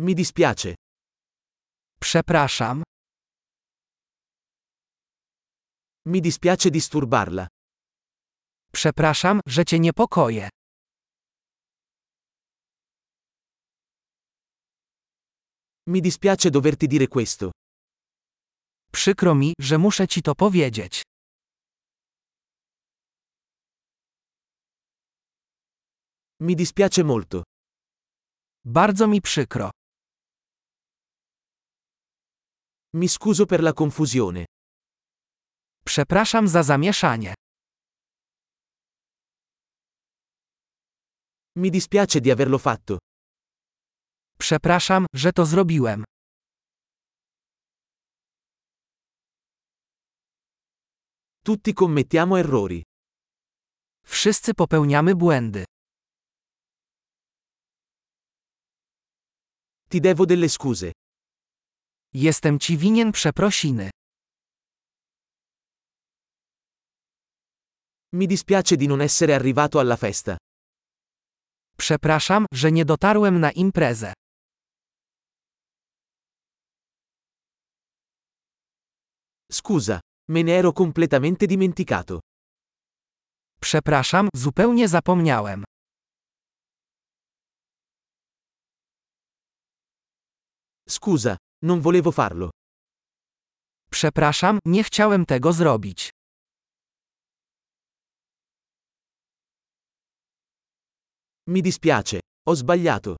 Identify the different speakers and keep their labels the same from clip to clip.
Speaker 1: Mi dispiace.
Speaker 2: Przepraszam,
Speaker 1: Mi dispiace disturbarla.
Speaker 2: przepraszam, że cię niepokoję.
Speaker 1: Mi dispiace doverti dire questo.
Speaker 2: Przykro mi, że muszę ci to powiedzieć.
Speaker 1: Mi dispiace molto.
Speaker 2: Bardzo mi przykro.
Speaker 1: Mi scuso per la confusione.
Speaker 2: Przepraszam za zamieszanie.
Speaker 1: Mi dispiace di averlo fatto.
Speaker 2: Przepraszam, że to zrobiłem.
Speaker 1: Tutti commettiamo errori.
Speaker 2: Wszyscy popełniamy błędy.
Speaker 1: Ti devo delle scuse.
Speaker 2: Jestem ci winien przeprosiny.
Speaker 1: Mi dispiace di non essere arrivato alla festa.
Speaker 2: Przepraszam, że nie dotarłem na imprezę.
Speaker 1: Scusa, me ne ero completamente dimenticato.
Speaker 2: Przepraszam, zupełnie zapomniałem.
Speaker 1: Scusa, non volevo farlo.
Speaker 2: Przepraszam, nie chciałem tego zrobić.
Speaker 1: Mi dispiace, ho sbagliato.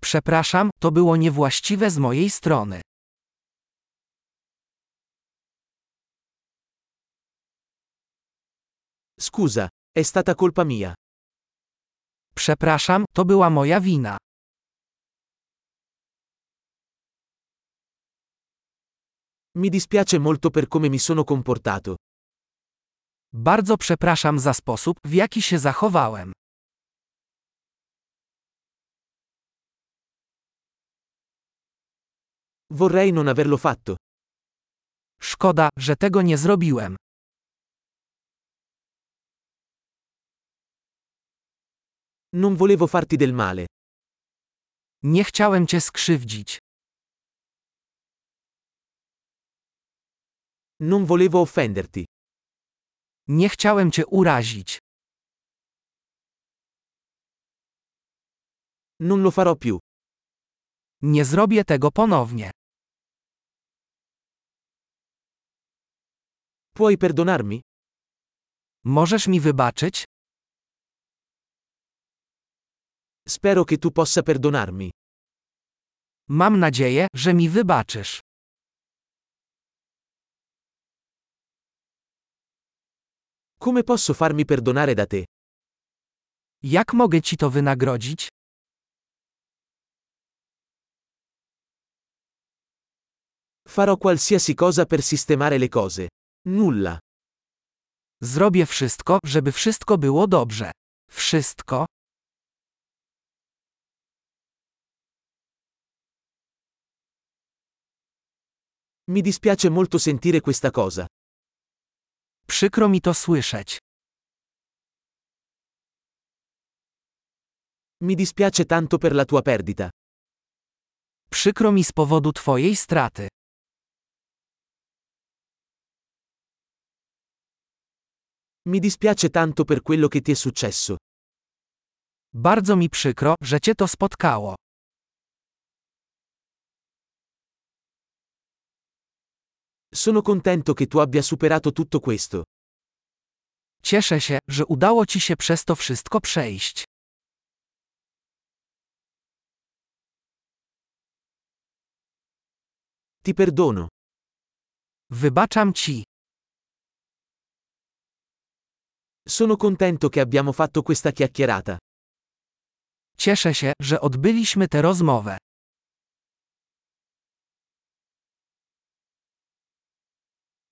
Speaker 2: Przepraszam, to było niewłaściwe z mojej strony.
Speaker 1: Scusa, è stata colpa mia.
Speaker 2: Przepraszam, to była moja wina.
Speaker 1: Mi dispiace molto per come mi sono comportato.
Speaker 2: Bardzo przepraszam za sposób, w jaki się zachowałem.
Speaker 1: Vorrei non averlo fatto.
Speaker 2: Szkoda, że tego nie zrobiłem.
Speaker 1: Non volevo farti del male.
Speaker 2: Nie chciałem cię skrzywdzić.
Speaker 1: Non volevo offenderti.
Speaker 2: Nie chciałem cię urazić.
Speaker 1: Non lo farò più.
Speaker 2: Nie zrobię tego ponownie.
Speaker 1: Puoi perdonarmi?
Speaker 2: Możesz mi wybaczyć?
Speaker 1: Spero che tu possa perdonarmi.
Speaker 2: Mam nadzieję, że mi wybaczysz.
Speaker 1: Come posso farmi perdonare da te?
Speaker 2: Jak mogę ci to wynagrodzić?
Speaker 1: Farò qualsiasi cosa per sistemare le cose. Nulla.
Speaker 2: Zrobię wszystko, żeby wszystko było dobrze. Wszystko?
Speaker 1: Mi dispiace molto sentire questa cosa.
Speaker 2: Przykro mi to słyszeć.
Speaker 1: Mi dispiace tanto per la tua perdita.
Speaker 2: Przykro mi z powodu twojej straty.
Speaker 1: Mi dispiace tanto per quello che ti è successo.
Speaker 2: Bardzo mi przykro, że cię to spotkało.
Speaker 1: Sono contento che tu abbia superato tutto questo.
Speaker 2: Cieszę się, że udało ci się przez to wszystko przejść.
Speaker 1: Ti perdono.
Speaker 2: Wybaczam ci.
Speaker 1: Sono contento che abbiamo fatto questa chiacchierata.
Speaker 2: Cieszę się, że odbyliśmy tę rozmowę.